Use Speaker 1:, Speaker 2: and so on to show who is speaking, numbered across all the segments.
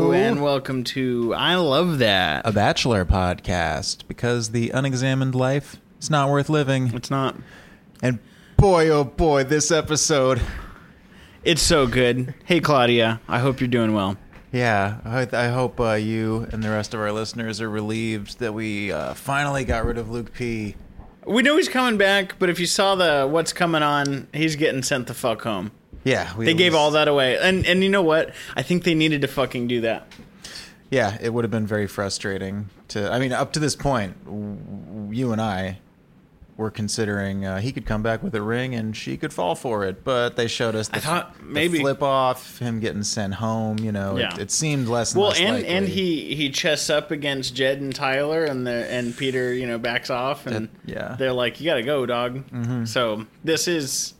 Speaker 1: welcome to I Love That.
Speaker 2: a bachelor podcast because the unexamined life is not worth living.
Speaker 1: It's not.
Speaker 2: And boy, oh boy, this episode.
Speaker 1: It's so good. Hey, Claudia. I hope you're doing well.
Speaker 2: Yeah, I, I hope uh, you and the rest of our listeners are relieved that we uh, finally got rid of Luke P.
Speaker 1: We know he's coming back, but if you saw the what's coming on, he's getting sent the fuck home.
Speaker 2: Yeah, we
Speaker 1: They
Speaker 2: at
Speaker 1: gave
Speaker 2: least-
Speaker 1: all that away, and and you know what? I think they needed to fucking do that.
Speaker 2: Yeah, it would have been very frustrating to. I mean, up to this point, w- w- you and I were considering uh, he could come back with a ring and she could fall for it, but they showed us the,
Speaker 1: I thought maybe-
Speaker 2: flip off, him getting sent home. You know,
Speaker 1: Yeah.
Speaker 2: it, it seemed less.
Speaker 1: Well,
Speaker 2: less
Speaker 1: and
Speaker 2: likely.
Speaker 1: and he he chests up against Jed and Tyler, and the and Peter, you know, backs off, and
Speaker 2: That- yeah.
Speaker 1: they're like, "You gotta go, dog." So this is,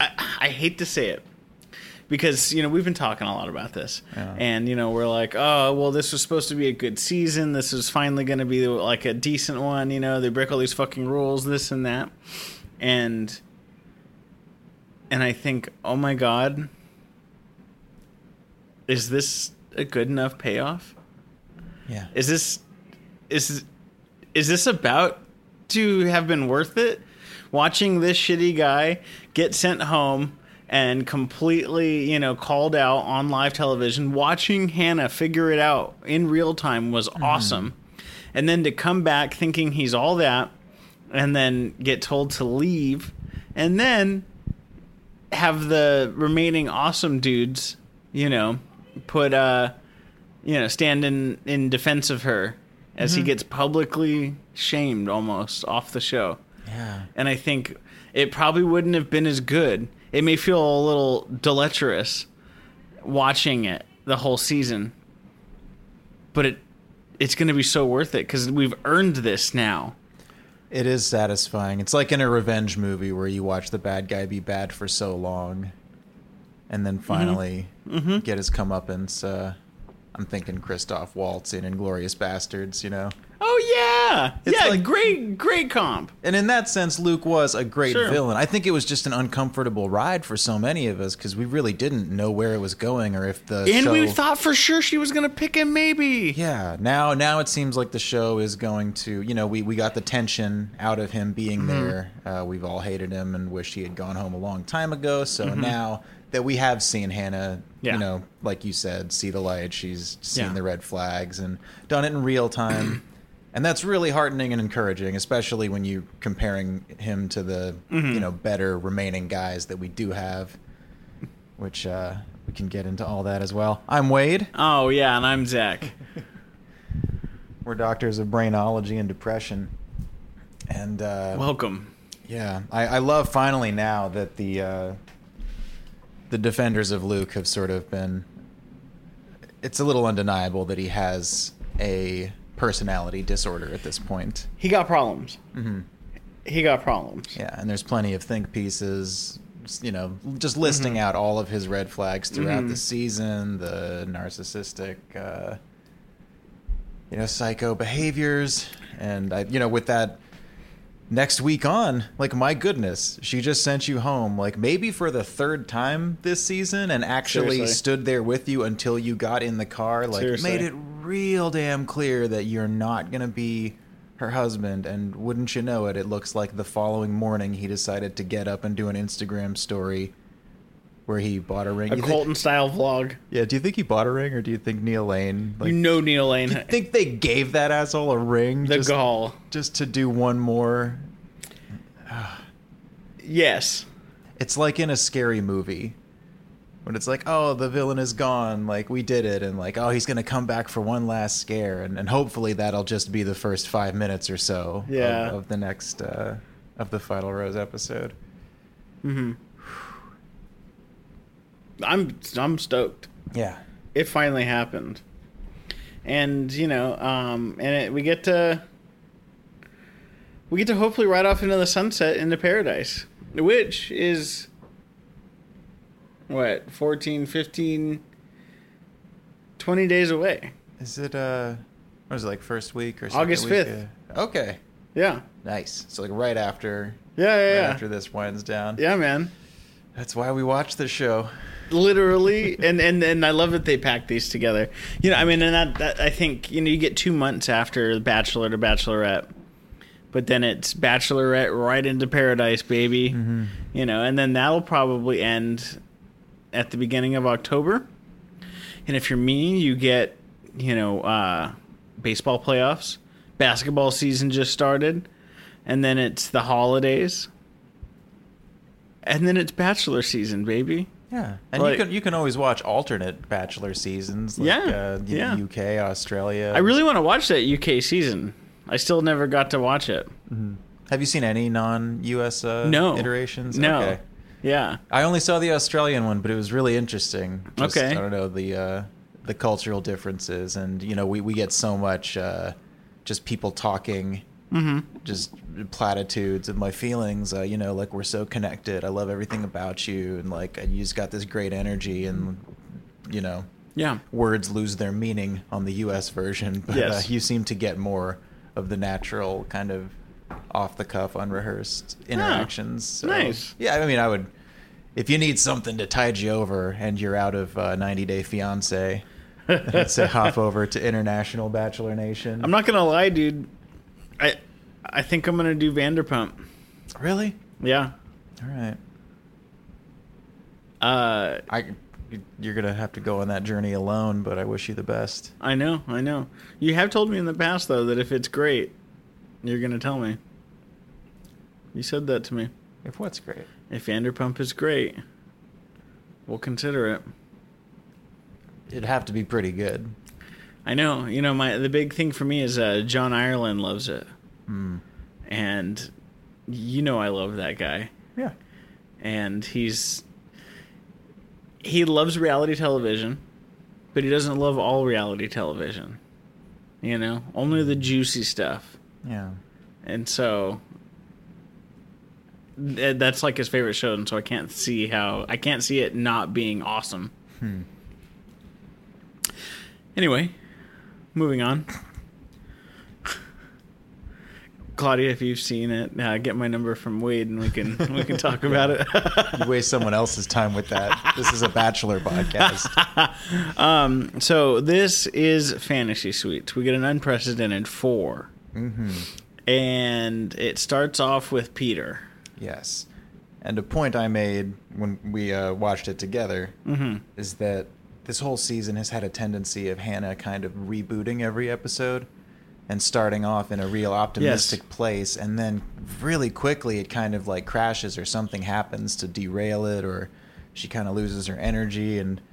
Speaker 1: I, I hate to say it, because you know we've been talking a lot about this,
Speaker 2: Yeah.
Speaker 1: and you know we're like, "Oh, well, this was supposed to be a good season. This is finally gonna be like a decent one." You know, they break all these fucking rules, this and that, and and I think, oh my god, is this a good enough payoff?
Speaker 2: yeah,
Speaker 1: Is this is is this about to have been worth it? Watching this shitty guy get sent home and completely, you know, called out on live television, watching Hannah figure it out in real time was awesome. And then to come back thinking he's all that and then get told to leave and then have the remaining awesome dudes, you know, put uh you know, stand in in defense of her as
Speaker 2: Mm-hmm.
Speaker 1: he gets publicly shamed almost off the show.
Speaker 2: yeah.
Speaker 1: And I think it probably wouldn't have been as good. It may feel a little deleterious watching it the whole season. But it it's going to be so worth it cuz we've earned this now.
Speaker 2: It is satisfying. It's like in a revenge movie where you watch the bad guy be bad for so long, and
Speaker 1: Mm-hmm.
Speaker 2: then finally get his comeuppance. Uh, I'm thinking Christoph Waltz in *Inglorious Bastards*, you know.
Speaker 1: Oh yeah.
Speaker 2: It's
Speaker 1: yeah,
Speaker 2: like-
Speaker 1: great great comp.
Speaker 2: And in that sense, Luke was a great
Speaker 1: Sure.
Speaker 2: villain. I think it was just an uncomfortable ride for so many of us because we really didn't know where it was going or if the
Speaker 1: And
Speaker 2: show.
Speaker 1: we thought for sure she was going to pick him maybe.
Speaker 2: yeah, now now it seems like the show is going to. You know, we we got the tension out of him being
Speaker 1: Mm-hmm.
Speaker 2: there. Uh, we've all hated him and wished he had gone home a long time ago. So now that we have seen Hannah,
Speaker 1: Mm-hmm. Yeah.
Speaker 2: you know, like you said, see the light. She's seen
Speaker 1: Yeah.
Speaker 2: the red flags and done it in real time. and that's really heartening and encouraging, especially when you're comparing him to the
Speaker 1: Mm-hmm.
Speaker 2: you know better remaining guys that we do have, which uh, we can get into all that as well. I'm Wade.
Speaker 1: Oh yeah, and I'm Zach.
Speaker 2: We're doctors of brainology and depression, and uh,
Speaker 1: Welcome.
Speaker 2: yeah, I, I love finally now that the uh, the defenders of Luke have sort of been. It's a little undeniable that he has a personality disorder at this point.
Speaker 1: He got problems. He got problems.
Speaker 2: Mm-hmm. Yeah, and there's plenty of think pieces, s- you know, just listing out all of his red flags throughout the season, the narcissistic, uh, you know, psycho behaviors, and I, you know, with that next week on, like my goodness, she just sent you home, like maybe for the third time this season, and actually
Speaker 1: Seriously.
Speaker 2: stood there with you until you got in the car, like
Speaker 1: Seriously.
Speaker 2: made it real damn clear that you're not gonna be her husband and wouldn't you know it it looks like the following morning he decided to get up and do an instagram story where he bought a ring
Speaker 1: A
Speaker 2: You think-
Speaker 1: Colton style vlog.
Speaker 2: yeah do you think he bought a ring or do you think neil lane like
Speaker 1: you know Neil Lane.
Speaker 2: think they gave that asshole a ring
Speaker 1: The
Speaker 2: just,
Speaker 1: gall.
Speaker 2: just to do one more
Speaker 1: Yes.
Speaker 2: it's like in a scary movie when it's like oh the villain is gone like we did it and like oh he's gonna come back for one last scare and, and hopefully that'll just be the first five minutes or so of-
Speaker 1: Yeah.
Speaker 2: of, the next uh, of the final rose episode
Speaker 1: I'm I'm stoked.
Speaker 2: yeah
Speaker 1: It finally happened. And, you know, um and it, we get to we get to hopefully ride off into the sunset into paradise, which is what, 14, 15 20 days away.
Speaker 2: is it uh what is it like first week or second
Speaker 1: August
Speaker 2: week?
Speaker 1: 5th.
Speaker 2: Uh, okay
Speaker 1: Yeah.
Speaker 2: nice so like right after
Speaker 1: Yeah, yeah,
Speaker 2: right
Speaker 1: yeah.
Speaker 2: after this winds down
Speaker 1: Yeah, man.
Speaker 2: That's why we watch this show.
Speaker 1: literally and and and i love that they pack these together you know i mean and that, that i think you know you get two months after bachelor to bachelorette but then it's bachelorette right into paradise baby you know and then that'll probably end at the beginning of october and if you're me you get you know uh baseball playoffs basketball season just started and then it's the holidays and then it's bachelor season baby
Speaker 2: Yeah, and
Speaker 1: Like-
Speaker 2: you can you can always watch alternate Bachelor seasons. Like,
Speaker 1: Yeah,
Speaker 2: uh, you know,
Speaker 1: yeah.
Speaker 2: UK, Australia.
Speaker 1: I really want to watch that UK season. I still never got to watch it.
Speaker 2: have you seen any non-US uh,
Speaker 1: No
Speaker 2: iterations?
Speaker 1: No.
Speaker 2: Okay.
Speaker 1: Yeah.
Speaker 2: I only saw the Australian one, but it was really interesting. Just,
Speaker 1: Okay.
Speaker 2: I don't know the uh, the cultural differences, and you know we we get so much uh, just people talking,
Speaker 1: Mm-hmm.
Speaker 2: just platitudes of my feelings. Uh, you know, like we're so connected. I love everything about you, and like you just got this great energy, and you know
Speaker 1: Yeah.
Speaker 2: words lose their meaning on the U.S. version, but
Speaker 1: Yes.
Speaker 2: uh, you seem to get more of the natural kind of off the cuff, unrehearsed interactions. So,
Speaker 1: Ah, Nice.
Speaker 2: Yeah, I mean, I would. If you need something to tide you over and you're out of uh, 90 Day Fiance, I'd say hop over to International Bachelor Nation.
Speaker 1: I'm not gonna lie, dude. I I think I'm gonna do Vanderpump.
Speaker 2: really.
Speaker 1: Yeah.
Speaker 2: All right,
Speaker 1: Uh,
Speaker 2: I. You're gonna have to go on that journey alone, but I wish you the best.
Speaker 1: I know, I know. You have told me in the past though that if it's great, you're gonna tell me. You said that to me.
Speaker 2: If what's great.
Speaker 1: If Vanderpump is great, we'll consider it.
Speaker 2: It'd have to be pretty good.
Speaker 1: I know. You know, my the big thing for me is uh, John Ireland loves it,
Speaker 2: Hmm.
Speaker 1: and you know I love that guy.
Speaker 2: Yeah.
Speaker 1: and he's he loves reality television, but he doesn't love all reality television. You know, only the juicy stuff.
Speaker 2: Yeah.
Speaker 1: And so th- that's like his favorite show, and so I can't see how I can't see it not being awesome.
Speaker 2: Hmm.
Speaker 1: Anyway, moving on. Claudia, if you've seen it, uh, get my number from Wade, and we can we can talk about it.
Speaker 2: You waste someone else's time with that. This is a bachelor podcast.
Speaker 1: Um, so this is Fantasy Suites. We get an unprecedented 4
Speaker 2: hmm
Speaker 1: and it starts off with Peter.
Speaker 2: Yes. And a point I made when we uh, watched it together
Speaker 1: Mm-hmm.
Speaker 2: is that this whole season has had a tendency of Hannah kind of rebooting every episode and starting off in a real optimistic place. And then really quickly, it kind of like crashes or something happens to derail it, or she kind of loses her energy. And th-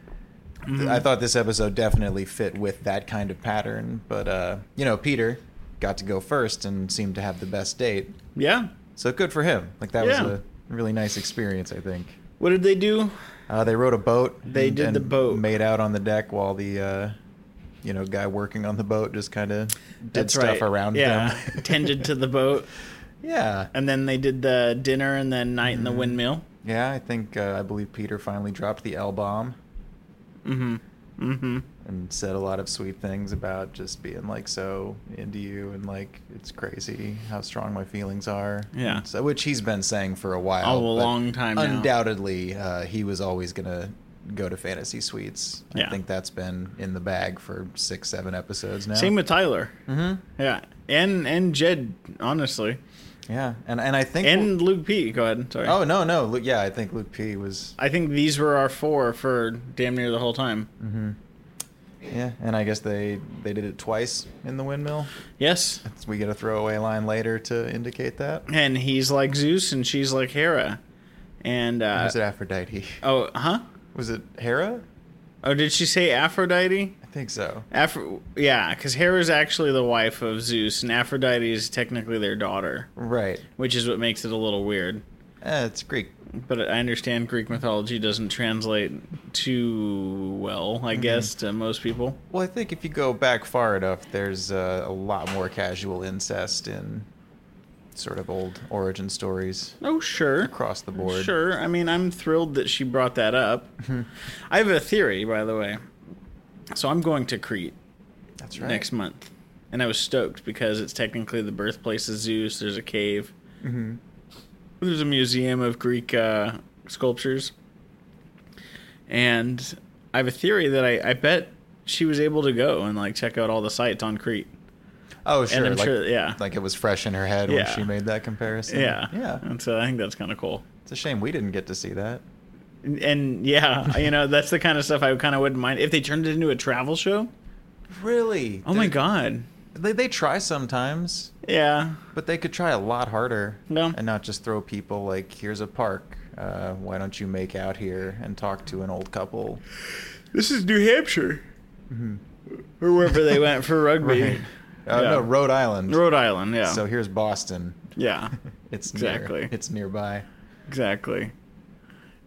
Speaker 1: Mm-hmm.
Speaker 2: Mm-hmm. I thought this episode definitely fit with that kind of pattern. But, uh, you know, Peter got to go first and seemed to have the best date.
Speaker 1: Yeah.
Speaker 2: So good for him. Like, that
Speaker 1: Yeah.
Speaker 2: was a really nice experience, I think.
Speaker 1: What did they do?
Speaker 2: Uh, they rowed a boat.
Speaker 1: They did the boat.
Speaker 2: Made out on the deck while the, uh, you know, guy working on the boat just kind of did stuff around
Speaker 1: yeah.
Speaker 2: them.
Speaker 1: Tended to the boat,
Speaker 2: yeah,
Speaker 1: and then they did the dinner and then night in
Speaker 2: Mm-hmm.
Speaker 1: the windmill.
Speaker 2: yeah. I think uh, I believe Peter finally dropped the L bomb
Speaker 1: Mm-hmm. Mm-hmm.
Speaker 2: and said a lot of sweet things about just being like so into you and like it's crazy how strong my feelings are.
Speaker 1: Yeah.
Speaker 2: So which he's been saying for a while.
Speaker 1: Oh, a
Speaker 2: but
Speaker 1: long time now.
Speaker 2: Undoubtedly, uh, he was always gonna go to fantasy suites. I
Speaker 1: Yeah.
Speaker 2: think that's been in the bag for six, seven episodes now.
Speaker 1: Same with Tyler.
Speaker 2: Mm-hmm.
Speaker 1: Yeah. And and Jed, honestly.
Speaker 2: Yeah, and and I think.
Speaker 1: And Luke P. Go ahead. Sorry.
Speaker 2: oh no, no, Lu yeah, I think Luke P was.
Speaker 1: I think these were our four for damn near the whole time.
Speaker 2: hmm Yeah, and I guess they they did it twice in the windmill.
Speaker 1: Yes.
Speaker 2: That's- We get a throwaway line later to indicate that.
Speaker 1: and he's like Zeus and she's like Hera. And
Speaker 2: Or
Speaker 1: uh,
Speaker 2: was it Aphrodite?
Speaker 1: oh, huh?
Speaker 2: Was it Hera?
Speaker 1: Oh, did she say Aphrodite?
Speaker 2: I think so.
Speaker 1: Afro, yeah, because Hera's actually the wife of Zeus, and Aphrodite is technically their daughter,
Speaker 2: Right.
Speaker 1: which is what makes it a little weird.
Speaker 2: Eh, it's Greek.
Speaker 1: But I understand Greek mythology doesn't translate too well,
Speaker 2: Mm-hmm.
Speaker 1: I guess, to most people.
Speaker 2: Well, I think if you go back far enough, there's uh, a lot more casual incest in sort of old origin stories
Speaker 1: Oh, sure.
Speaker 2: across the board.
Speaker 1: Sure. I mean, I'm thrilled that she brought that up. I have a theory, by the way. So I'm going to Crete.
Speaker 2: That's right.
Speaker 1: next month. And I was stoked because it's technically the birthplace of Zeus. There's a cave.
Speaker 2: hmm
Speaker 1: There's a museum of Greek uh, sculptures. And I have a theory that I, I bet she was able to go and like check out all the sites on Crete.
Speaker 2: Oh, sure.
Speaker 1: And I'm
Speaker 2: like,
Speaker 1: sure, yeah.
Speaker 2: like it was fresh in her head
Speaker 1: Yeah.
Speaker 2: when she made that comparison.
Speaker 1: yeah.
Speaker 2: Yeah.
Speaker 1: And so I think that's kind of cool.
Speaker 2: It's a shame we didn't get to see that.
Speaker 1: And, and yeah, you know, that's the kind of stuff I kind of wouldn't mind if they turned it into a travel show.
Speaker 2: Really?
Speaker 1: Oh my god.
Speaker 2: They, they try sometimes,
Speaker 1: Yeah.
Speaker 2: but they could try a lot harder.
Speaker 1: No.
Speaker 2: And not just throw people like, here's a park. Uh, why don't you make out here and talk to an old couple? Mm-hmm.
Speaker 1: This is New Hampshire. Or wherever they went for rugby.
Speaker 2: Uh,
Speaker 1: Yeah.
Speaker 2: No, Rhode Island.
Speaker 1: Rhode Island, yeah.
Speaker 2: So here's Boston.
Speaker 1: yeah.
Speaker 2: It's
Speaker 1: Exactly.
Speaker 2: Near, it's nearby.
Speaker 1: Exactly.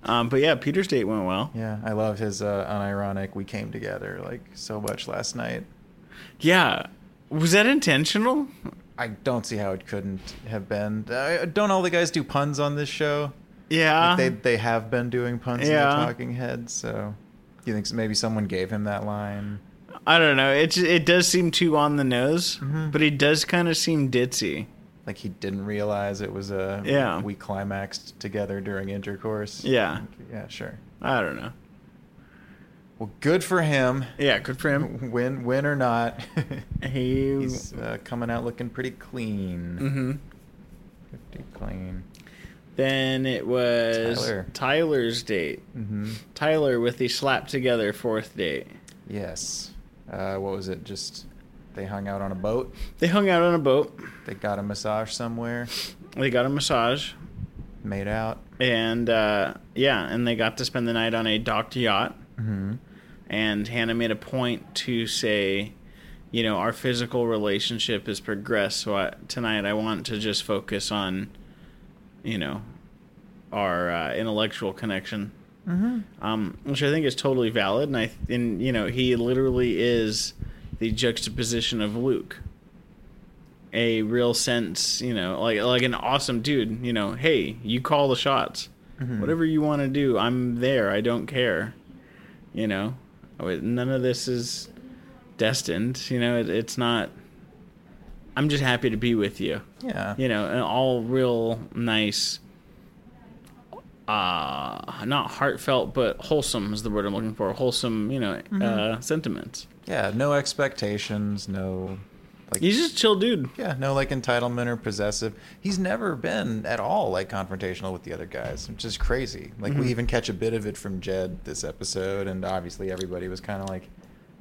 Speaker 1: Um, but yeah, Peter State went well.
Speaker 2: Yeah, I love his uh, unironic. We came together like so much last night.
Speaker 1: Yeah. Was that intentional?
Speaker 2: I don't see how it couldn't have been. Uh, don't all the guys do puns on this show?
Speaker 1: Yeah.
Speaker 2: Like, they they have been doing puns in
Speaker 1: Uh-huh. Yeah.
Speaker 2: the Talking Heads. So, do you think s- maybe someone gave him that line?
Speaker 1: I don't know. It it does seem too on the nose,
Speaker 2: Mm-hmm.
Speaker 1: but he does kind of seem ditzy.
Speaker 2: Like he didn't realize it was a
Speaker 1: Yeah.
Speaker 2: we climaxed together during intercourse.
Speaker 1: Yeah.
Speaker 2: yeah, sure.
Speaker 1: I don't know.
Speaker 2: Well, good for him.
Speaker 1: Yeah, good for him.
Speaker 2: Win win or not,
Speaker 1: He
Speaker 2: he's uh, coming out looking pretty clean.
Speaker 1: hmm
Speaker 2: Pretty clean.
Speaker 1: Then it was
Speaker 2: Tyler.
Speaker 1: Tyler's date.
Speaker 2: hmm
Speaker 1: Tyler with the slap together fourth date.
Speaker 2: Yes. Uh, what was it? Just they hung out on a boat.
Speaker 1: They hung out on a boat.
Speaker 2: They got a massage somewhere.
Speaker 1: They got a massage,
Speaker 2: Made out.
Speaker 1: and uh, yeah, and they got to spend the night on a docked yacht.
Speaker 2: Mm-hmm.
Speaker 1: and Hannah made a point to say, you know, our physical relationship has progressed. So I, tonight, I want to just focus on, you know, our uh, intellectual connection,
Speaker 2: Mm-hmm.
Speaker 1: um, which I think is totally valid. And I, and you know, he literally is the juxtaposition of Luke, a real sense, you know, like like an awesome dude. You know, hey, you call the shots whatever you want to do i'm there i don't care you know I would- none of this is destined you know it, it's not i'm just happy to be with you
Speaker 2: Yeah.
Speaker 1: you know and all real nice uh not heartfelt but wholesome is the word i'm looking for wholesome you know uh sentiments
Speaker 2: Yeah. No expectations. No. Like.
Speaker 1: he's just a chill dude
Speaker 2: yeah. No like entitlement or possessive. He's never been at all like confrontational with the other guys, which is crazy. Like we even catch a bit of it from Jed this episode, and obviously everybody was kind of like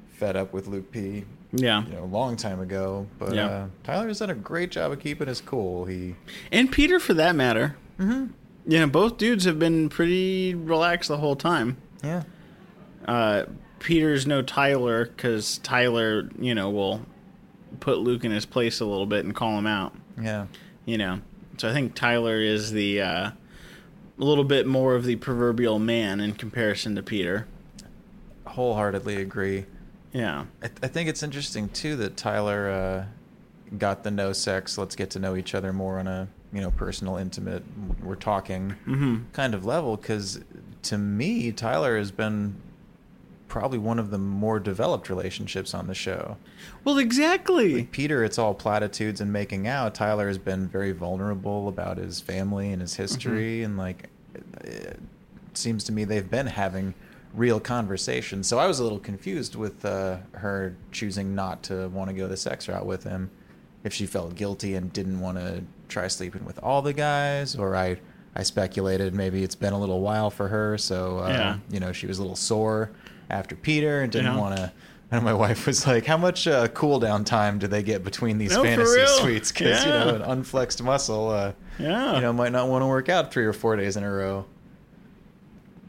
Speaker 2: fed up with Luke P.
Speaker 1: yeah
Speaker 2: You know, a long time ago, but
Speaker 1: Yeah.
Speaker 2: uh, Tyler's done a great job of keeping his cool. He
Speaker 1: and peter for that matter mm-hmm. you know both dudes have been pretty relaxed the whole time
Speaker 2: Yeah.
Speaker 1: uh, Peter's no Tyler because Tyler, you know, will put Luke in his place a little bit and call him out,
Speaker 2: Yeah.
Speaker 1: you know. So I think Tyler is the uh, a little bit more of the proverbial man in comparison to Peter.
Speaker 2: Wholeheartedly agree.
Speaker 1: Yeah,
Speaker 2: I, I think it's interesting too that Tyler uh, got the no sex, let's get to know each other more on a you know personal, intimate, we're talking
Speaker 1: Mm-hmm.
Speaker 2: kind of level. Because to me, Tyler has been probably one of the more developed relationships on the show.
Speaker 1: well, exactly.
Speaker 2: Peter, it's all platitudes and making out. Tyler has been very vulnerable about his family and his
Speaker 1: Mm-hmm.
Speaker 2: history, and like, it seems to me they've been having real conversations. So I was a little confused with uh, her choosing not to want to go the sex route with him, if she felt guilty and didn't want to try sleeping with all the guys, or I. I speculated maybe it's been a little while for her, so uh,
Speaker 1: Yeah.
Speaker 2: you know she was a little sore after Peter and didn't
Speaker 1: Yeah.
Speaker 2: want to and my wife was like, "How much uh, cool down time do they get between these
Speaker 1: No, for
Speaker 2: fantasy
Speaker 1: real.
Speaker 2: suites? Because you know,
Speaker 1: Yeah.
Speaker 2: an unflexed muscle, uh,
Speaker 1: Yeah,
Speaker 2: you know, might not want to work out three or four days in a row."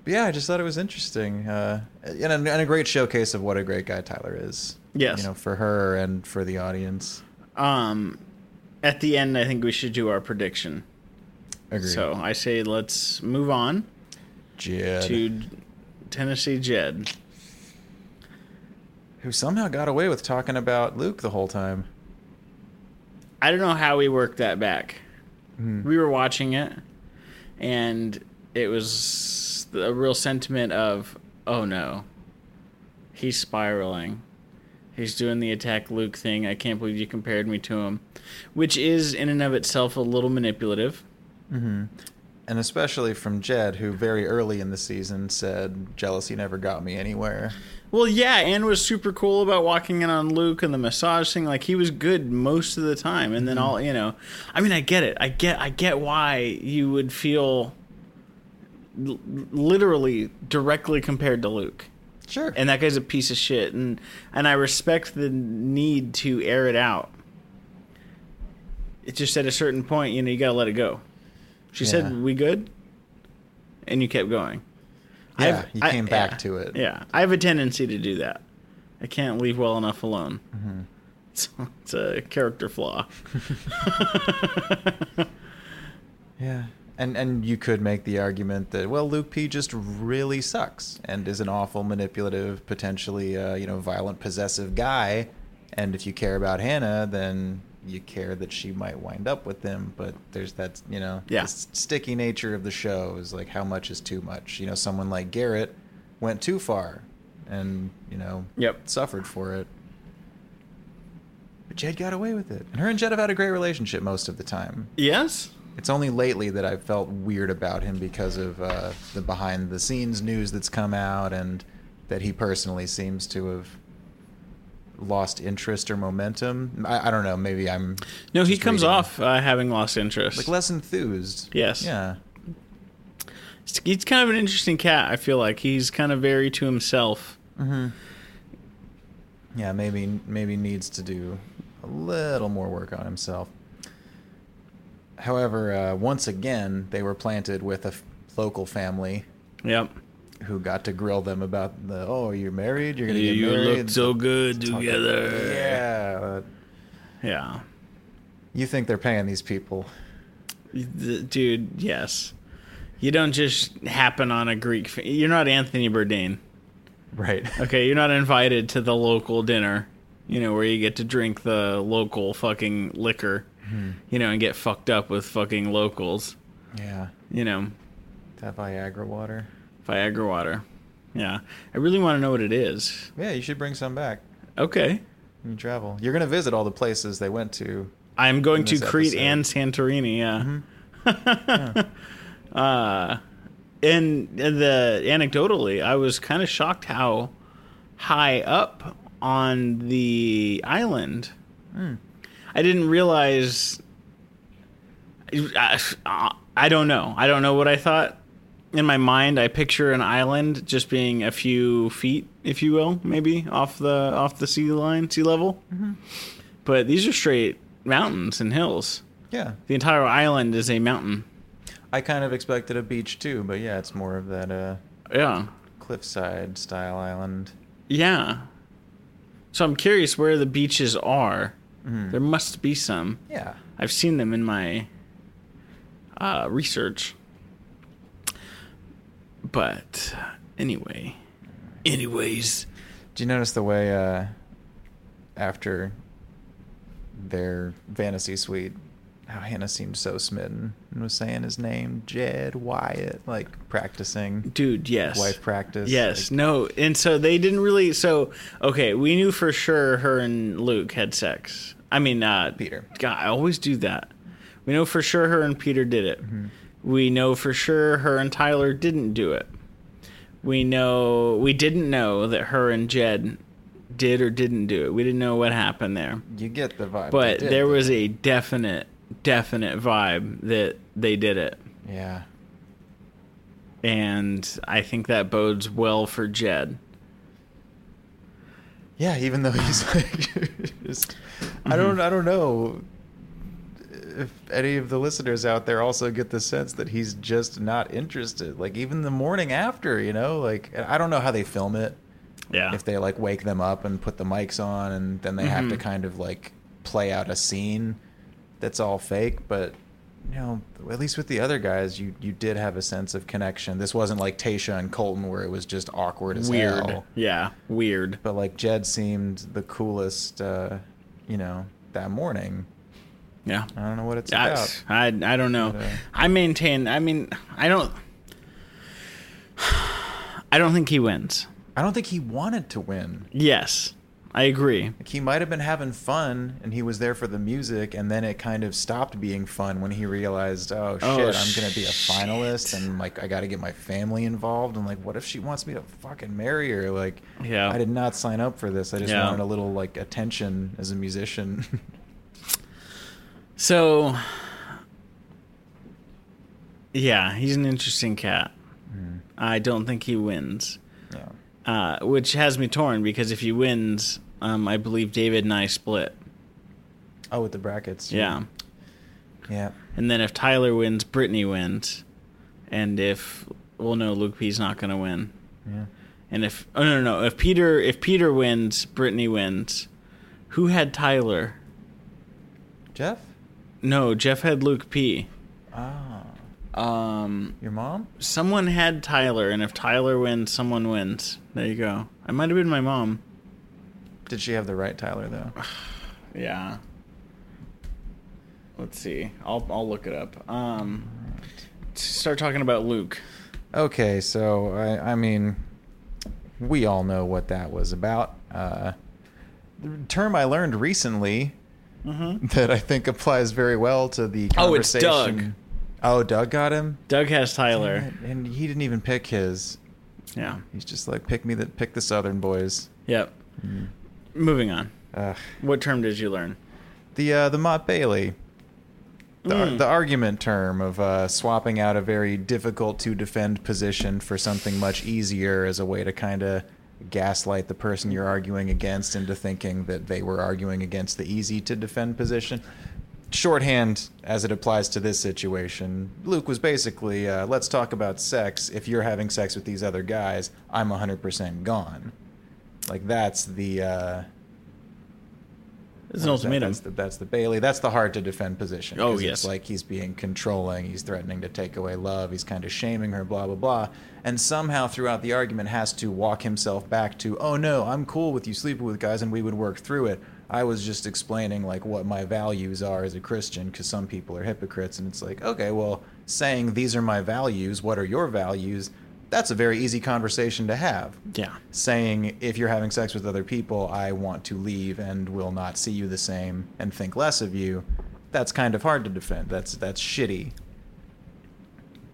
Speaker 2: But yeah, I just thought it was interesting, uh, and, a, and a great showcase of what a great guy Tyler is.
Speaker 1: Yes.
Speaker 2: you know, for her and for the audience.
Speaker 1: Um, at the end, I think we should do our prediction.
Speaker 2: Agreed.
Speaker 1: So I say let's move on
Speaker 2: Jed,
Speaker 1: to Tennessee Jed.
Speaker 2: who somehow got away with talking about Luke the whole time.
Speaker 1: I don't know how we worked that back. We were watching it, and it was a real sentiment of, oh no, he's spiraling. He's doing the attack Luke thing. I can't believe you compared me to him, which is in and of itself a little manipulative.
Speaker 2: and especially from Jed, who very early in the season said jealousy never got me anywhere.
Speaker 1: Well, yeah, and was super cool about walking in on Luke and the massage thing. Like he was good most of the time, and then
Speaker 2: Mm-hmm.
Speaker 1: all you know. I mean, I get it. I get. I get why you would feel l- literally directly compared to Luke.
Speaker 2: Sure.
Speaker 1: And that guy's a piece of shit, and and I respect the need to air it out. It's just at a certain point, you know, you gotta let it go. She
Speaker 2: Yeah.
Speaker 1: said, "We good," and you kept going.
Speaker 2: yeah,
Speaker 1: I've-
Speaker 2: you
Speaker 1: I-
Speaker 2: came back
Speaker 1: yeah.
Speaker 2: to it.
Speaker 1: Yeah, I have a tendency to do that. I can't leave well enough alone.
Speaker 2: Mm-hmm.
Speaker 1: It's, it's a character flaw.
Speaker 2: Yeah. And and you could make the argument that well Luke P just really sucks and is an awful manipulative potentially uh, you know violent possessive guy and if you care about Hannah then you care that she might wind up with him but there's that you know
Speaker 1: Yeah.
Speaker 2: the s- sticky nature of the show is like how much is too much you know someone like Garrett went too far and you know
Speaker 1: Yep.
Speaker 2: suffered for it but Jed got away with it and her and Jed have had a great relationship most of the time
Speaker 1: Yes.
Speaker 2: it's only lately that I've felt weird about him because of uh, the behind the scenes news that's come out and that he personally seems to have lost interest or momentum. I, I don't know. Maybe I'm
Speaker 1: No, he
Speaker 2: just
Speaker 1: comes
Speaker 2: reading.
Speaker 1: off uh, having lost interest.
Speaker 2: like less enthused.
Speaker 1: Yes.
Speaker 2: Yeah.
Speaker 1: It's- He's kind of an interesting cat. I feel like he's kind of very to himself.
Speaker 2: Yeah. Maybe maybe needs to do a little more work on himself. However, uh, once again, they were planted with a f- local family
Speaker 1: Yep.
Speaker 2: who got to grill them about the oh you're married you're gonna
Speaker 1: You,
Speaker 2: get
Speaker 1: you
Speaker 2: married
Speaker 1: look so good
Speaker 2: Talk-
Speaker 1: together.
Speaker 2: Yeah.
Speaker 1: Yeah.
Speaker 2: You think they're paying these people.
Speaker 1: Th- Dude, yes. You don't just happen on a Greek. Fa- You're not Anthony Bourdain.
Speaker 2: Right.
Speaker 1: Okay, you're not invited to the local dinner, you know, where you get to drink the local fucking liquor, you know, and get fucked up with fucking locals,
Speaker 2: Yeah.
Speaker 1: you know,
Speaker 2: That Viagra water.
Speaker 1: Viagra water. Yeah. I really want to know what it is.
Speaker 2: Yeah, you should bring some back
Speaker 1: Okay.
Speaker 2: when you travel. You're going to visit all the places they went to.
Speaker 1: I'm going
Speaker 2: In
Speaker 1: to
Speaker 2: this
Speaker 1: Crete
Speaker 2: episode. Mm-hmm.
Speaker 1: and Santorini, yeah. uh, and the anecdotally, I was kind of shocked how high up on the island.
Speaker 2: Mm.
Speaker 1: I didn't realize. I, I- I don't know. I don't know what I thought. In my mind, I picture an island just being a few feet, if you will, maybe off the off the sea line, sea level. But these are straight mountains and hills.
Speaker 2: Yeah.
Speaker 1: The entire island is a mountain.
Speaker 2: I kind of expected a beach too, but yeah, it's more of that uh,
Speaker 1: Yeah.
Speaker 2: cliffside style island.
Speaker 1: Yeah. So I'm curious where the beaches are. There must be some.
Speaker 2: Yeah.
Speaker 1: I've seen them in my uh, research. But anyway. Anyways.
Speaker 2: Do you notice the way uh, after their fantasy suite, how Hannah seemed so smitten and was saying his name, Jed Wyatt, like practicing
Speaker 1: Dude, yes.
Speaker 2: wife practice?
Speaker 1: Yes,
Speaker 2: like-
Speaker 1: no. And so they didn't really. So, okay, we knew for sure her and Luke had sex. I mean, uh,
Speaker 2: Peter.
Speaker 1: God, I always do that. We know for sure her and Peter did it.
Speaker 2: Mm-hmm.
Speaker 1: We know for sure her and Tyler didn't do it. We know. We didn't know that her and Jed did or didn't do it. We didn't know what happened there.
Speaker 2: You get the vibe.
Speaker 1: But
Speaker 2: they did
Speaker 1: there
Speaker 2: that.
Speaker 1: was a definite, definite vibe that they did it.
Speaker 2: Yeah.
Speaker 1: And I think that bodes well for Jed.
Speaker 2: Yeah, even though he's like just,
Speaker 1: Mm-hmm.
Speaker 2: I don't I don't know if any of the listeners out there also get the sense that he's just not interested. Like even the morning after, you know, like and I don't know how they film it.
Speaker 1: Yeah.
Speaker 2: If they like wake them up and put the mics on and then they have to
Speaker 1: Mhm.
Speaker 2: kind of like play out a scene that's all fake, but you know, at least with the other guys, you you did have a sense of connection. This wasn't like Tasha and Colton where it was just awkward as
Speaker 1: weird.
Speaker 2: hell.
Speaker 1: Yeah, weird.
Speaker 2: but like Jed seemed the coolest, uh, you know, that morning.
Speaker 1: Yeah.
Speaker 2: I don't know what it's
Speaker 1: I,
Speaker 2: about.
Speaker 1: I, I don't know.
Speaker 2: But, uh,
Speaker 1: I maintain. I mean, I don't. I don't think he wins.
Speaker 2: I don't think he wanted to win.
Speaker 1: Yes, I agree.
Speaker 2: Like he might have been having fun and he was there for the music and then it kind of stopped being fun when he realized, oh shit,
Speaker 1: Oh,
Speaker 2: I'm gonna be a finalist and like I gotta get my family involved and like what if she wants me to fucking marry her? Like
Speaker 1: Yeah.
Speaker 2: I did not sign up for this. I just
Speaker 1: Yeah.
Speaker 2: wanted a little like attention as a musician.
Speaker 1: So, yeah, he's an interesting cat. I don't think he wins,
Speaker 2: yeah.
Speaker 1: uh, which has me torn because if he wins, um, I believe David and I split.
Speaker 2: Oh with the brackets.
Speaker 1: Yeah.
Speaker 2: Yeah.
Speaker 1: And then if Tyler wins, Brittany wins. And if, well, no, Luke P's not going to win.
Speaker 2: Yeah.
Speaker 1: And if, oh, no, no, no. If Peter, if Peter wins, Brittany wins. Who had Tyler?
Speaker 2: Jeff?
Speaker 1: No, Jeff had Luke P.
Speaker 2: Ah.
Speaker 1: Um,
Speaker 2: Your mom?
Speaker 1: someone had Tyler, and if Tyler wins, someone wins. There you go. I might have been my mom.
Speaker 2: Did she have the right Tyler though?
Speaker 1: Yeah. Let's see. I'll I'll look it up. Um, t- start talking about Luke.
Speaker 2: Okay, so I, I mean, we all know what that was about. Uh, the term I learned recently that I think applies very well to the
Speaker 1: Oh, it's
Speaker 2: conversation.
Speaker 1: Doug.
Speaker 2: Oh, Doug got him,
Speaker 1: Doug has Tyler.
Speaker 2: and he didn't even pick his.
Speaker 1: Yeah.
Speaker 2: He's just like, pick me the pick the Southern boys.
Speaker 1: Yep. Moving on.
Speaker 2: Ugh.
Speaker 1: What term did you learn?
Speaker 2: the uh, the Mott Bailey, the, ar-
Speaker 1: Mm.
Speaker 2: the argument term of uh, swapping out a very difficult to defend position for something much easier as a way to kind of gaslight the person you're arguing against into thinking that they were arguing against the easy to defend position. Shorthand as it applies to this situation, Luke was basically, uh, let's talk about sex. If you're having sex with these other guys, I'm 100% gone. Like, that's the. Uh,
Speaker 1: It's an
Speaker 2: that's-
Speaker 1: ultimatum.
Speaker 2: Oh, That's the, that's the Bailey. That's the hard to defend position.
Speaker 1: Oh,
Speaker 2: 'cause
Speaker 1: yes.
Speaker 2: It's like he's being controlling. He's threatening to take away love. He's kind of shaming her, blah, blah, blah. And somehow throughout the argument has to walk himself back to, oh, no, I'm cool with you sleeping with guys and we would work through it. I was just explaining like what my values are as a Christian because some people are hypocrites. And it's like, okay, well, saying these are my values, what are your values? That's a very easy conversation to have
Speaker 1: yeah.
Speaker 2: saying if you're having sex with other people, I want to leave and will not see you the same and think less of you. That's kind of hard to defend. That's that's shitty.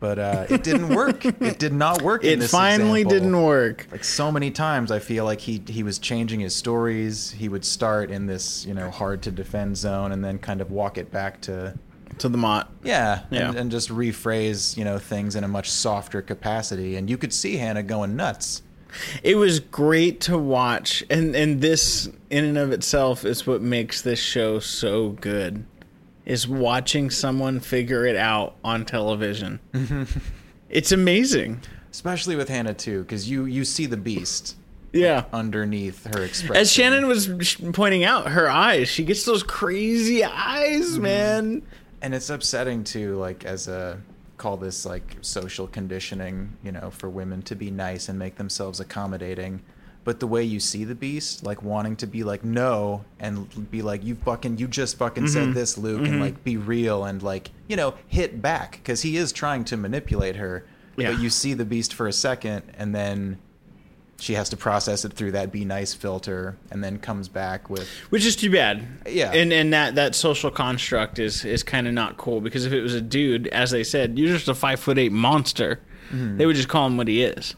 Speaker 2: But uh, it didn't work. it did not work. in
Speaker 1: It
Speaker 2: this
Speaker 1: finally
Speaker 2: example.
Speaker 1: didn't work.
Speaker 2: Like so many times, I feel like he he was changing his stories. He would start in this you know hard to defend zone and then kind of walk it back to
Speaker 1: To the Mott.
Speaker 2: yeah,
Speaker 1: Yeah.
Speaker 2: And, and just rephrase you know things in a much softer capacity. And you could see Hannah going nuts.
Speaker 1: It was great to watch, and and this in and of itself is what makes this show so good, is watching someone figure it out on television. it's amazing.
Speaker 2: especially with Hannah too, because you you see the beast
Speaker 1: Yeah.
Speaker 2: underneath her expression.
Speaker 1: As Shannon was sh- pointing out, her eyes, she gets those crazy
Speaker 2: Mm-hmm.
Speaker 1: eyes, man.
Speaker 2: and it's upsetting too, like as a call this like social conditioning, you know, for women to be nice and make themselves accommodating. But the way you see the beast, like wanting to be like no, and be like you fucking, you just fucking
Speaker 1: Mm-hmm.
Speaker 2: said this, Luke, and like be real and like you know hit back because he is trying to manipulate her.
Speaker 1: Yeah.
Speaker 2: But you see the beast for a second, and then she has to process it through that be nice filter and then comes back with
Speaker 1: Which is too bad.
Speaker 2: Yeah.
Speaker 1: And and that, that social construct is is kind of not cool because if it was a dude, as they said, you're just a five foot eight monster.
Speaker 2: Mm-hmm.
Speaker 1: They would just call him what he is.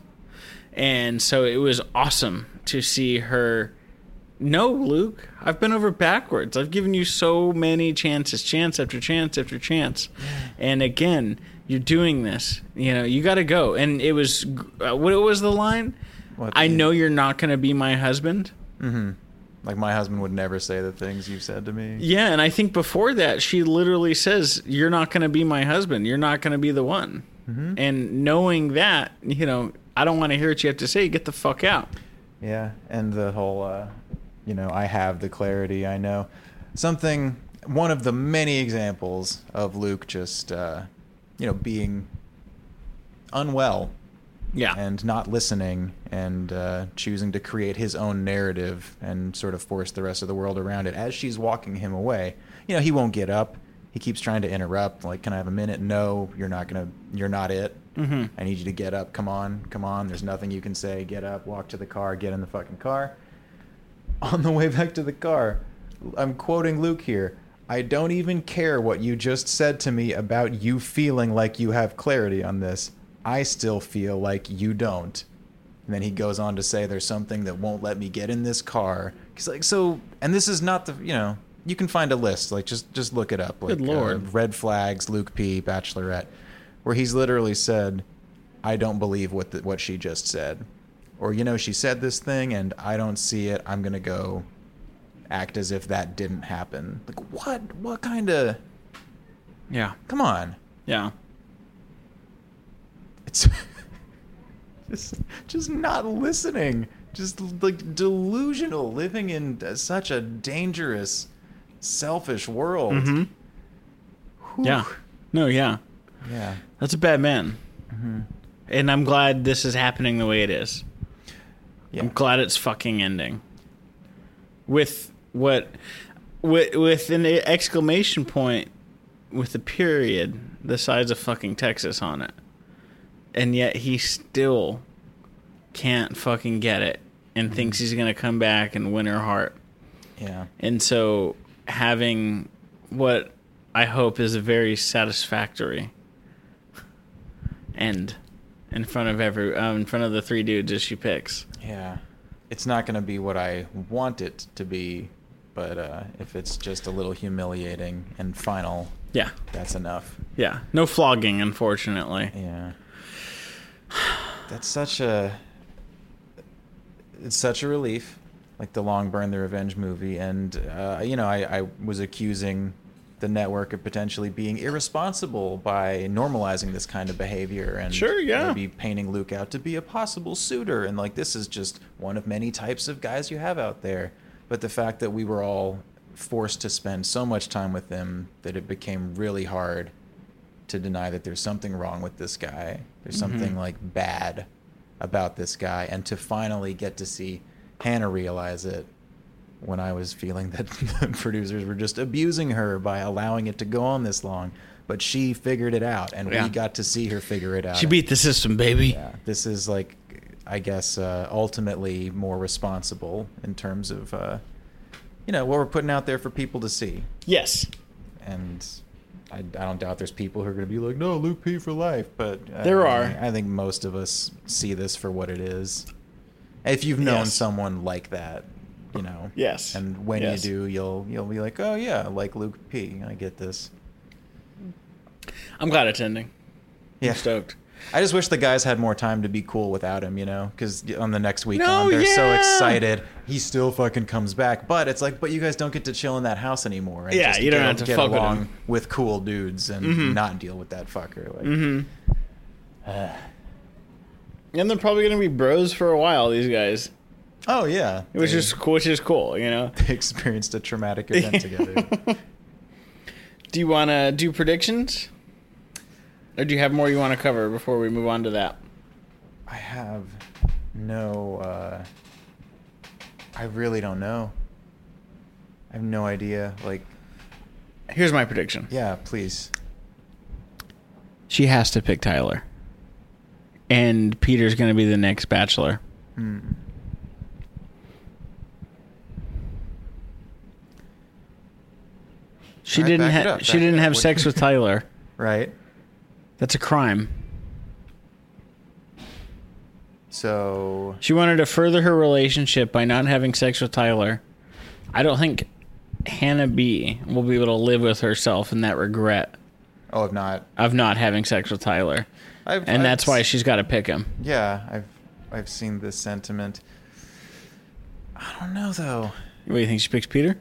Speaker 1: And so it was awesome to see her. No, Luke, I've been over backwards. I've given you so many chances, chance after chance after chance. And again, you're doing this. You know, you got to go. And it was uh, what was the line?
Speaker 2: What
Speaker 1: I
Speaker 2: the-
Speaker 1: know you're not going to be my husband.
Speaker 2: like my husband would never say the things you've said to me
Speaker 1: Yeah, and I think before that, she literally says, "You're not going to be my husband. You're not going to be the one." And knowing that, you know, I don't want to hear what you have to say. Get the fuck out.
Speaker 2: yeah and the whole uh, you know i have the clarity i know something one of the many examples of luke just uh, you know being unwell
Speaker 1: Yeah,
Speaker 2: and not listening and uh, choosing to create his own narrative and sort of force the rest of the world around it as she's walking him away. You know, he won't get up. He keeps trying to interrupt. Like, can I have a minute? No, you're not gonna. You're not it. Mm-hmm. I need you to get up. Come on, come on. There's nothing you can say. Get up. Walk to the car. Get in the fucking car. on the way back to the car, I'm quoting Luke here. I don't even care what you just said to me about you feeling like you have clarity on this. I still feel like you don't. And then he goes on to say there's something that won't let me get in this car. He's like, so, and this is not the, you know, you can find a list. Like, just just look it up. Like,
Speaker 1: Good Lord.
Speaker 2: uh, red flags, Luke P, Bachelorette, where he's literally said, I don't believe what the, what she just said, or you know, she said this thing and I don't see it. I'm gonna go act as if that didn't happen. Like, what? What kind of?
Speaker 1: Yeah.
Speaker 2: Come on.
Speaker 1: Yeah.
Speaker 2: It's just, just not listening. Just like delusional, living in such a dangerous, selfish world.
Speaker 1: hmm
Speaker 2: Whew.
Speaker 1: Yeah. No, yeah.
Speaker 2: Yeah.
Speaker 1: That's a bad man. Mm-hmm. And I'm glad this is happening the way it is.
Speaker 2: Yeah.
Speaker 1: I'm glad it's fucking ending. With what with with an exclamation point with a period the size of fucking Texas on it. And yet he still can't fucking get it and thinks he's going to come back and win her heart.
Speaker 2: yeah.
Speaker 1: And so having what I hope is a very satisfactory end in front of every um, in front of the three dudes that she picks.
Speaker 2: Yeah. It's not going to be what I want it to be, but uh, if it's just a little humiliating and final,
Speaker 1: Yeah.
Speaker 2: that's enough.
Speaker 1: Yeah. No flogging unfortunately.
Speaker 2: Yeah. That's such a it's such a relief, like the long burn, the revenge movie, and uh, you know I, I was accusing the network of potentially being irresponsible by normalizing this kind of behavior and
Speaker 1: Sure, yeah.
Speaker 2: maybe painting Luke out to be a possible suitor and like this is just one of many types of guys you have out there. But the fact that we were all forced to spend so much time with them that it became really hard to deny that there's something wrong with this guy. There's
Speaker 1: Mm-hmm.
Speaker 2: something like bad about this guy, and to finally get to see Hannah realize it when I was feeling that the producers were just abusing her by allowing it to go on this long. But she figured it out, and
Speaker 1: Yeah.
Speaker 2: we got to see her figure it out.
Speaker 1: She beat the system, baby.
Speaker 2: Yeah, this is like, I guess, uh, ultimately more responsible in terms of, uh, you know, what we're putting out there for people to see
Speaker 1: Yes.
Speaker 2: and I, I don't doubt there's people who are going to be like, no, Luke P for life. But uh,
Speaker 1: There are.
Speaker 2: I think most of us see this for what it is. If you've known
Speaker 1: Yes.
Speaker 2: someone like that, you know.
Speaker 1: Yes.
Speaker 2: And when
Speaker 1: Yes.
Speaker 2: you do, you'll you'll be like, oh yeah, like Luke P. I get this.
Speaker 1: I'm glad it's ending.
Speaker 2: Yeah.
Speaker 1: I'm stoked.
Speaker 2: I just wish the guys had more time to be cool without him, you know, because on the next week
Speaker 1: No,
Speaker 2: on, they're so
Speaker 1: yeah.
Speaker 2: excited. He still fucking comes back, but it's like, but you guys don't get to chill in that house anymore. and
Speaker 1: Yeah,
Speaker 2: just
Speaker 1: you don't
Speaker 2: get-
Speaker 1: have to
Speaker 2: get
Speaker 1: fuck with
Speaker 2: along
Speaker 1: him.
Speaker 2: with cool dudes and
Speaker 1: Mhm.
Speaker 2: not deal with that fucker. Like,
Speaker 1: Mhm.
Speaker 2: uh,
Speaker 1: And they're probably going to be bros for a while these guys,
Speaker 2: oh yeah,
Speaker 1: which
Speaker 2: they,
Speaker 1: is which is cool, you know.
Speaker 2: they experienced a traumatic event together.
Speaker 1: Do you want to do predictions? Or do you have more you want to cover before we move on to that?
Speaker 2: I have no. Uh, I really don't know. I have no idea. Like,
Speaker 1: Here's my prediction.
Speaker 2: yeah, please.
Speaker 1: She has to pick Tyler. And Peter's going to be the next bachelor.
Speaker 2: Hmm.
Speaker 1: She
Speaker 2: Alright,
Speaker 1: didn't
Speaker 2: back it
Speaker 1: ha-
Speaker 2: up,
Speaker 1: she
Speaker 2: back it
Speaker 1: didn't
Speaker 2: up.
Speaker 1: have
Speaker 2: What-
Speaker 1: sex with Tyler.
Speaker 2: Right.
Speaker 1: That's a crime.
Speaker 2: So
Speaker 1: She wanted to further her relationship by not having sex with Tyler. I don't think Hannah B will be able to live with herself in that regret
Speaker 2: Oh, if not,
Speaker 1: of not having sex with Tyler.
Speaker 2: I've,
Speaker 1: And
Speaker 2: I've
Speaker 1: that's why
Speaker 2: s-
Speaker 1: she's got to pick him.
Speaker 2: Yeah, I've I've seen this sentiment. I don't know though.
Speaker 1: What do you think? She picks Peter?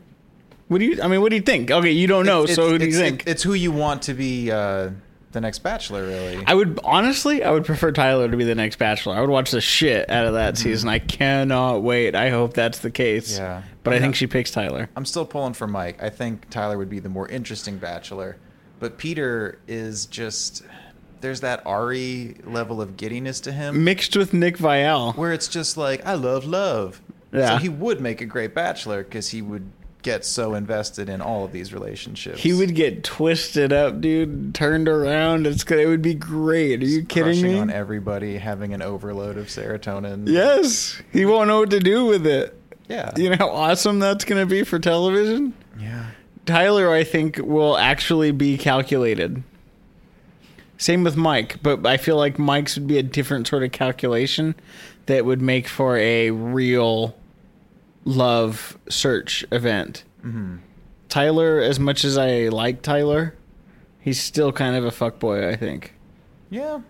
Speaker 1: What do you? I mean, what do you think? Okay, you don't know,
Speaker 2: It's-
Speaker 1: Oh, so who do you
Speaker 2: it's-
Speaker 1: think?
Speaker 2: It's, it's who you want to be uh, the next bachelor, really.
Speaker 1: I would honestly, I would prefer Tyler to be the next Bachelor. I would watch the shit out of that season. I cannot wait. I hope that's the case.
Speaker 2: Yeah.
Speaker 1: but I
Speaker 2: I'm
Speaker 1: think
Speaker 2: not-
Speaker 1: she picks Tyler.
Speaker 2: I'm still pulling for Mike. I think Tyler would be the more interesting bachelor, but Peter is just there's that Ari level of giddiness to him.
Speaker 1: Mixed with Nick Vial.
Speaker 2: where it's just like I love love.
Speaker 1: Yeah.
Speaker 2: So he would make a great bachelor because he would get so invested in all of these relationships.
Speaker 1: He would get twisted up, dude. Turned around. It's gonna. It would be great. Are you kidding
Speaker 2: crushing
Speaker 1: me?
Speaker 2: on everybody, having an overload of serotonin.
Speaker 1: yes. He won't know what to do with it.
Speaker 2: Yeah.
Speaker 1: You know how awesome that's going to be for television?
Speaker 2: Yeah.
Speaker 1: Tyler, I think, will actually be calculated. Same with Mike, but I feel like Mike's would be a different sort of calculation that would make for a real love search event.
Speaker 2: Mm-hmm.
Speaker 1: Tyler, as much as I like Tyler, he's still kind of a fuckboy, I think.
Speaker 2: Yeah.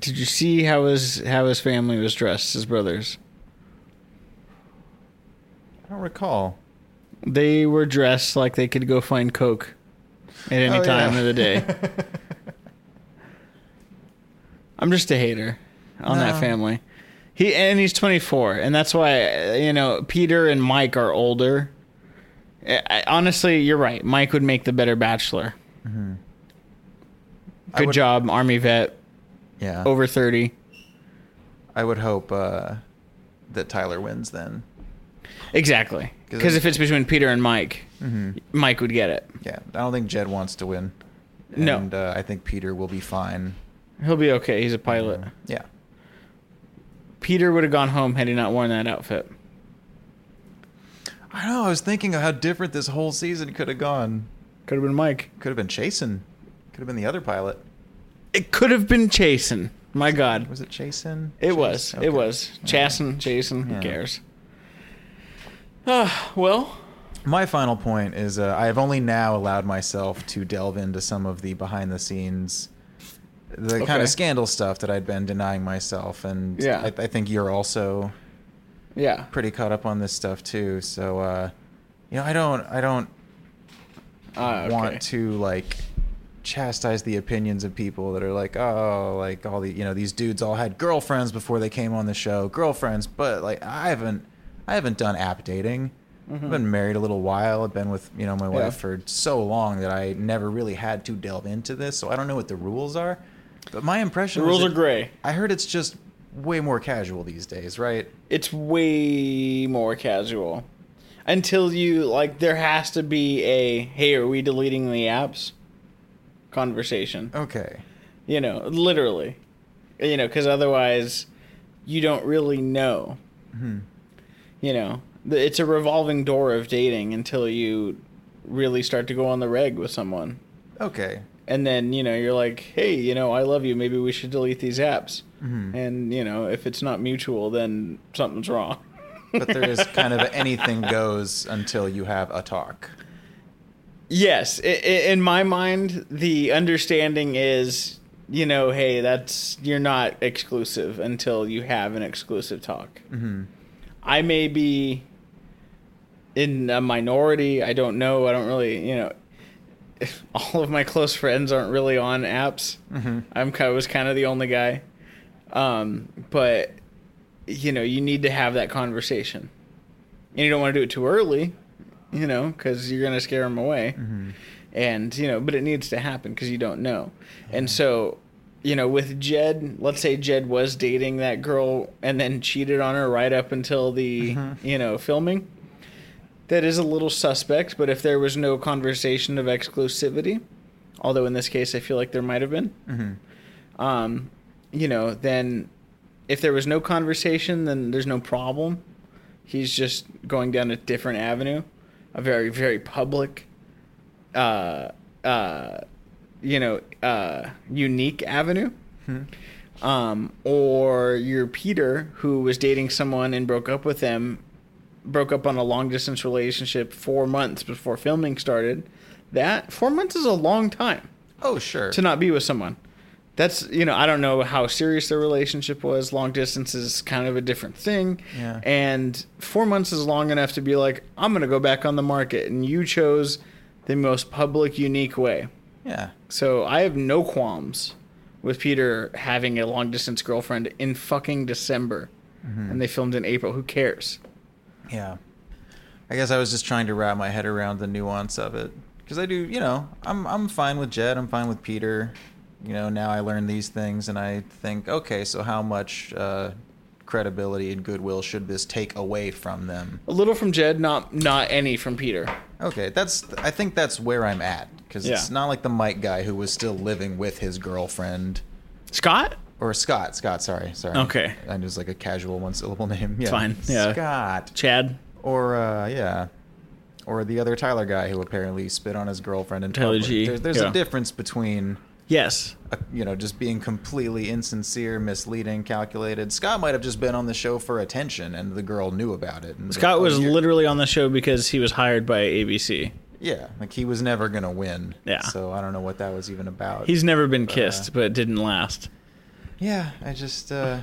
Speaker 1: Did you see how his how his family was dressed, his brothers?
Speaker 2: I don't recall.
Speaker 1: They were dressed like they could go find Coke at any
Speaker 2: Oh, yeah.
Speaker 1: time of the day. I'm just a hater on
Speaker 2: No.
Speaker 1: that family. He and he's 24, and that's why uh, you know Peter and Mike are older. I, I- honestly, you're right. Mike would make the better bachelor.
Speaker 2: I
Speaker 1: Good
Speaker 2: would-
Speaker 1: job, army vet,
Speaker 2: Yeah.
Speaker 1: over 30.
Speaker 2: I would hope uh, that Tyler wins then.
Speaker 1: Exactly,
Speaker 2: 'Cause
Speaker 1: because
Speaker 2: it-
Speaker 1: if it's between Peter and Mike,
Speaker 2: Mm.
Speaker 1: Mike would get it.
Speaker 2: Yeah. I don't think Jed wants to win.
Speaker 1: No.
Speaker 2: And uh, I think Peter will be fine.
Speaker 1: He'll be okay. He's a pilot.
Speaker 2: Yeah.
Speaker 1: Peter would have gone home had he not worn that outfit.
Speaker 2: I know. I was thinking of how different this whole season could have gone.
Speaker 1: Could have been Mike.
Speaker 2: Could have been Chasen. Could have been the other pilot.
Speaker 1: It could have been Chasen. My God.
Speaker 2: Was it Chasen?
Speaker 1: It
Speaker 2: Chase?
Speaker 1: was.
Speaker 2: Okay.
Speaker 1: It was. Chasen, Jason,
Speaker 2: Yeah.
Speaker 1: who cares? Ah, well,
Speaker 2: My final point is uh, I have only now allowed myself to delve into some of the behind the scenes, the kind
Speaker 1: Okay.
Speaker 2: of scandal stuff that I'd been denying myself. And
Speaker 1: Yeah.
Speaker 2: I, I think you're also
Speaker 1: yeah.
Speaker 2: pretty caught up on this stuff too. So, uh, you know, I don't, I don't
Speaker 1: Ah, okay.
Speaker 2: want to like chastise the opinions of people that are like, oh, like all the, you know, these dudes all had girlfriends before they came on the show, girlfriends. But like, I haven't, I haven't done app dating. I've been married a little while. I've been with, you know, my wife
Speaker 1: Mm-hmm. Yeah.
Speaker 2: for so long that I never really had to delve into this. So I don't know what the rules are. But my impression
Speaker 1: The rules
Speaker 2: was
Speaker 1: are
Speaker 2: that-
Speaker 1: gray.
Speaker 2: I heard it's just way more casual these days, right?
Speaker 1: It's way more casual. Until you, like, there has to be a, hey, are we deleting the apps? Conversation.
Speaker 2: Okay.
Speaker 1: You know, literally. You know, because otherwise you don't really know. You know, th- it's a revolving door of dating until you really start to go on the reg with someone.
Speaker 2: Okay.
Speaker 1: And then, you know, you're like, hey, you know, I love you. Maybe we should delete these apps. And, you know, if it's not mutual, then something's wrong.
Speaker 2: But there is kind of anything goes until you have a talk.
Speaker 1: Yes, i- i- in my mind, the understanding is, you know, hey, that's you're not exclusive until you have an exclusive talk.
Speaker 2: Mm-hmm.
Speaker 1: I may be in a minority. I don't know. I don't really, you know. If all of my close friends aren't really on apps, I'm ki- I was kind of the only guy. Um, but you know, you need to have that conversation, and you don't want to do it too early you know, because you're gonna scare them away, and you know, but it needs to happen because you don't know, and so, you know, with Jed, let's say Jed was dating that girl and then cheated on her right up until the you know filming, that is a little suspect. But if there was no conversation of exclusivity, although in this case I feel like there might have been,
Speaker 2: Mm-hmm.
Speaker 1: um, you know, then if there was no conversation, then there's no problem. He's just going down a different avenue, a very, very public, uh, uh, you know, uh, unique avenue.
Speaker 2: Mm-hmm.
Speaker 1: Um, or you're Peter, who was dating someone and broke up with them, broke up on a long distance relationship four months before filming started. That four months is a long time
Speaker 2: Oh, sure.
Speaker 1: to not be with someone. That's you know I don't know how serious their relationship was. Long distance is kind of a different thing,
Speaker 2: Yeah.
Speaker 1: and four months is long enough to be like I'm gonna go back on the market, and you chose the most public, unique way.
Speaker 2: Yeah.
Speaker 1: So I have no qualms with Peter having a long distance girlfriend in fucking December,
Speaker 2: Mm-hmm.
Speaker 1: and they filmed in April. Who cares?
Speaker 2: Yeah. I guess I was just trying to wrap my head around the nuance of it because I do, you know, I'm I'm fine with Jed, I'm fine with Peter. You know, now I learn these things and I think, okay, so how much uh, credibility and goodwill should this take away from them?
Speaker 1: A little from Jed, not not any from Peter.
Speaker 2: Okay, that's I think that's where I'm at because it's
Speaker 1: Yeah.
Speaker 2: not like the Mike guy who was still living with his girlfriend.
Speaker 1: Scott,
Speaker 2: or Scott. Scott, sorry, sorry.
Speaker 1: Okay.
Speaker 2: I was like a casual one-syllable name. Yeah,
Speaker 1: fine, yeah.
Speaker 2: Scott,
Speaker 1: Chad,
Speaker 2: or uh, yeah, or the other Tyler guy who apparently spit on his girlfriend in
Speaker 1: Tyler
Speaker 2: public.
Speaker 1: G,
Speaker 2: There- there's
Speaker 1: yeah.
Speaker 2: a difference between
Speaker 1: yes,
Speaker 2: uh, you know just being completely insincere, misleading, calculated. Scott might have just been on the show for attention, and the girl knew about it. And
Speaker 1: Scott
Speaker 2: oh,
Speaker 1: was
Speaker 2: you're-
Speaker 1: literally on the show because he was hired by ABC.
Speaker 2: yeah, like he was never gonna win.
Speaker 1: Yeah.
Speaker 2: So I don't know what that was even about.
Speaker 1: He's never been
Speaker 2: Uh-huh.
Speaker 1: kissed, but it didn't last.
Speaker 2: Yeah, I just uh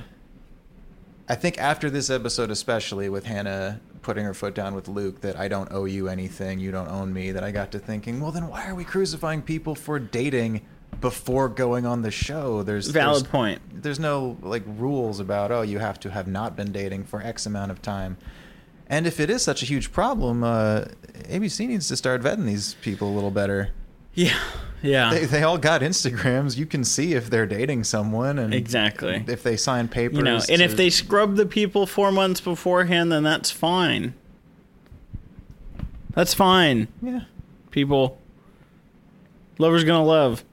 Speaker 2: I think after this episode especially with Hannah putting her foot down with Luke that I don't owe you anything, you don't own me, that I got to thinking, well then why are we crucifying people for dating before going on the show? There's
Speaker 1: Valid
Speaker 2: there's-
Speaker 1: point.
Speaker 2: There's no like rules about oh you have to have not been dating for X amount of time. And if it is such a huge problem, uh, ABC needs to start vetting these people a little better.
Speaker 1: Yeah, yeah.
Speaker 2: They, they all got Instagrams. You can see if they're dating someone, and
Speaker 1: Exactly.
Speaker 2: if they sign papers.
Speaker 1: you know, and
Speaker 2: to-
Speaker 1: if they scrub the people four months beforehand, then that's fine. That's fine,
Speaker 2: yeah,
Speaker 1: people. Lover's gonna love.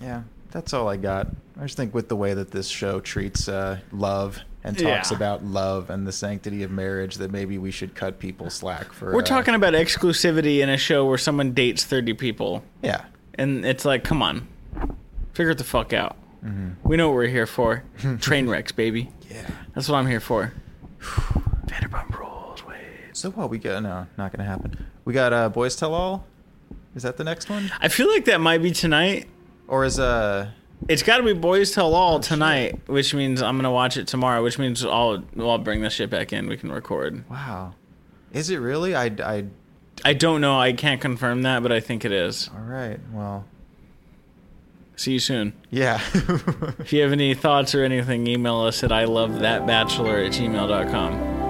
Speaker 2: yeah, that's all I got. I just think with the way that this show treats uh, love and talks
Speaker 1: Yeah.
Speaker 2: about love and the sanctity of marriage, that maybe we should cut people slack for.
Speaker 1: We're
Speaker 2: uh,
Speaker 1: talking about exclusivity in a show where someone dates thirty people,
Speaker 2: Yeah,
Speaker 1: and it's like, come on, figure it the fuck out. We know what we're here for. Train wrecks, baby.
Speaker 2: yeah.
Speaker 1: That's what I'm here for. Vanderpump Rules. Wait.
Speaker 2: So what we got? No, not gonna happen. We got uh, boys tell all. Is that the next one,
Speaker 1: I feel like that might be tonight.
Speaker 2: or is uh?
Speaker 1: It's got to be Boys Tell All tonight, which means I'm gonna watch it tomorrow. Which means I'll I'll bring this shit back in. We can record.
Speaker 2: Wow, is it really? I I.
Speaker 1: I don't know. I can't confirm that, but I think it is.
Speaker 2: All right. Well.
Speaker 1: See you soon.
Speaker 2: Yeah.
Speaker 1: If you have any thoughts or anything, email us at I love that bachelor at gmail.com.